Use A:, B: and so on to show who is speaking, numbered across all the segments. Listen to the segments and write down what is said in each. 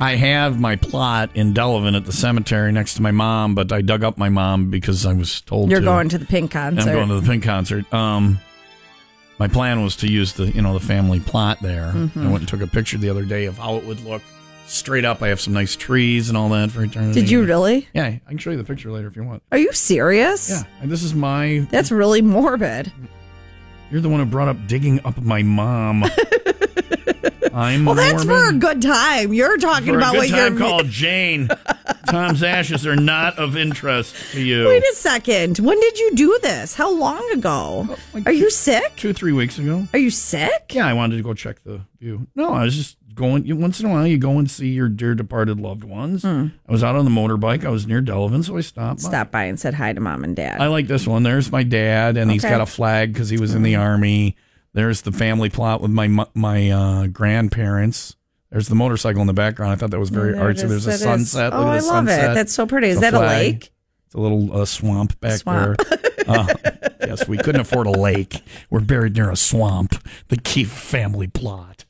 A: I have my plot in Delavan at the cemetery next to my mom, but I dug up my mom because I was told
B: You're
A: to.
B: going to the pink concert.
A: I'm going to the Pink concert. Um, my plan was to use the you know the family plot there.
B: Mm-hmm.
A: I went and took a picture the other day of how it would look straight up. I have some nice trees and all that for eternity.
B: Did you really?
A: Yeah, I can show you the picture later if you want.
B: Are you serious?
A: Yeah, and this is my.
B: That's really morbid.
A: You're the one who brought up digging up my mom. I'm
B: Well, that's for a
A: Mormon.
B: good time. You're talking
A: For a
B: about
A: good
B: what
A: time
B: you're.
A: called Jane. Tom's ashes are not of interest to you.
B: Wait a second. When did you do this? How long ago?
A: like
B: Are you sick?
A: Two or three weeks ago.
B: Are you sick?
A: Yeah, I wanted to go check the view. No, I was just going. you- Once in a while, you go and see your dear departed loved ones. I was out on the motorbike. I was near Delavan, so I stopped. by.
B: Hmm. Stop by and said hi to mom and dad.
A: I like this one. There's my dad, and he's
B: Okay. Hmm.
A: got a flag because he was in the army. There's the family plot with my mu- my uh, grandparents. There's the motorcycle in the background. I thought that was very
B: There it
A: artsy.
B: is.
A: There's a
B: That is-
A: sunset.
B: Oh,
A: Look at
B: I
A: the
B: love it.
A: sunset.
B: That's so pretty. Is
A: The
B: that a
A: flag.
B: lake?
A: It's a little uh, swamp back
B: Swamp.
A: there. Uh, yes, we couldn't afford a lake. We're buried near a swamp. The Keefe family plot.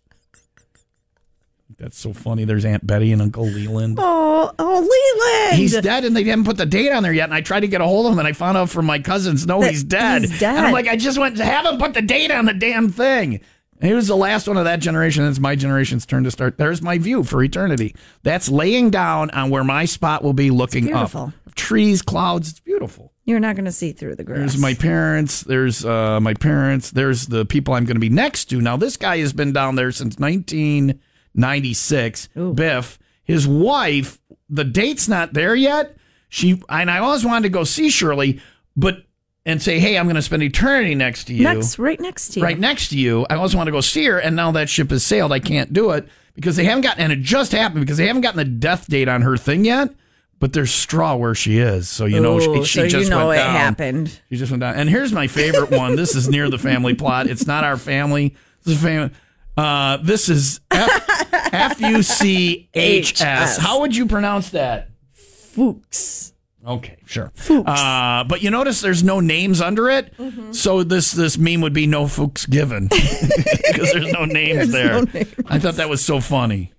A: That's so funny. There's Aunt Betty and Uncle Leland.
B: Oh, oh, Leland.
A: He's dead, and they didn't put the date on there yet. And I tried to get a hold of him, and I found out from my cousins, no,
B: That
A: he's dead.
B: he's dead.
A: And I'm like, I just went to have him put the date on the damn thing. And he was the last one of that generation. It's my generation's turn to start. There's my view for eternity. That's laying down on where my spot will be looking
B: beautiful.
A: up. Trees, clouds, it's beautiful.
B: You're not going to see through the grass.
A: There's my parents. There's uh, my parents. There's the people I'm going to be next to. Now, this guy has been down there since 1996. Biff, his wife, the date's not there yet. She and I always wanted to go see Shirley, but and say, hey, I'm going to spend eternity next to you,
B: next, right next to you.
A: right next to you. I always want to go see her, and now that ship has sailed. I can't do it because they haven't gotten, and it just happened because they haven't gotten the death date on her thing yet. But there's straw where she is, so you know she,
B: Ooh,
A: she
B: so
A: just
B: you know
A: went
B: it
A: down.
B: happened.
A: She just went down. And here's my favorite one. This is near the family plot. It's not our family. This is family. Uh, this is F U C H S.
B: HS.
A: How would you pronounce that?
B: Fuchs.
A: Okay, sure.
B: Fuchs. Mm-hmm.
A: Uh, but you notice there's no names under it, so this this meme would be no fuchs given because there's no names
B: There's
A: there.
B: no names.
A: I thought that was so funny.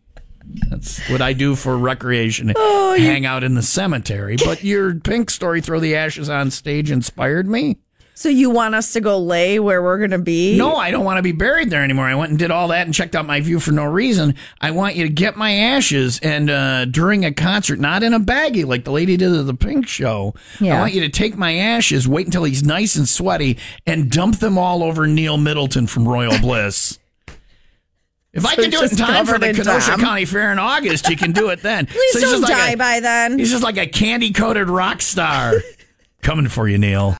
A: That's what I do for recreation.
B: Oh,
A: Hang out in the cemetery. But your pink story, throw the ashes on stage, inspired me.
B: So you want us to go lay where we're going to be?
A: No, I don't want to be buried there anymore. I went and did all that and checked out my view for no reason. I want you to get my ashes and uh, during a concert, not in a baggie like the lady did at the Pink Show. I
B: Yeah.
A: want you to take my ashes, wait until he's nice and sweaty, and dump them all over Neil Middleton from Royal Bliss. If I
B: So
A: can do it in
B: just
A: time for
B: covered
A: the
B: in
A: Kenosha
B: Tom.
A: County Fair in August, you can do it then.
B: Please
A: So he's
B: don't
A: just like
B: die
A: a-
B: by then.
A: He's just like a candy coated rock star. Coming for you, Neil.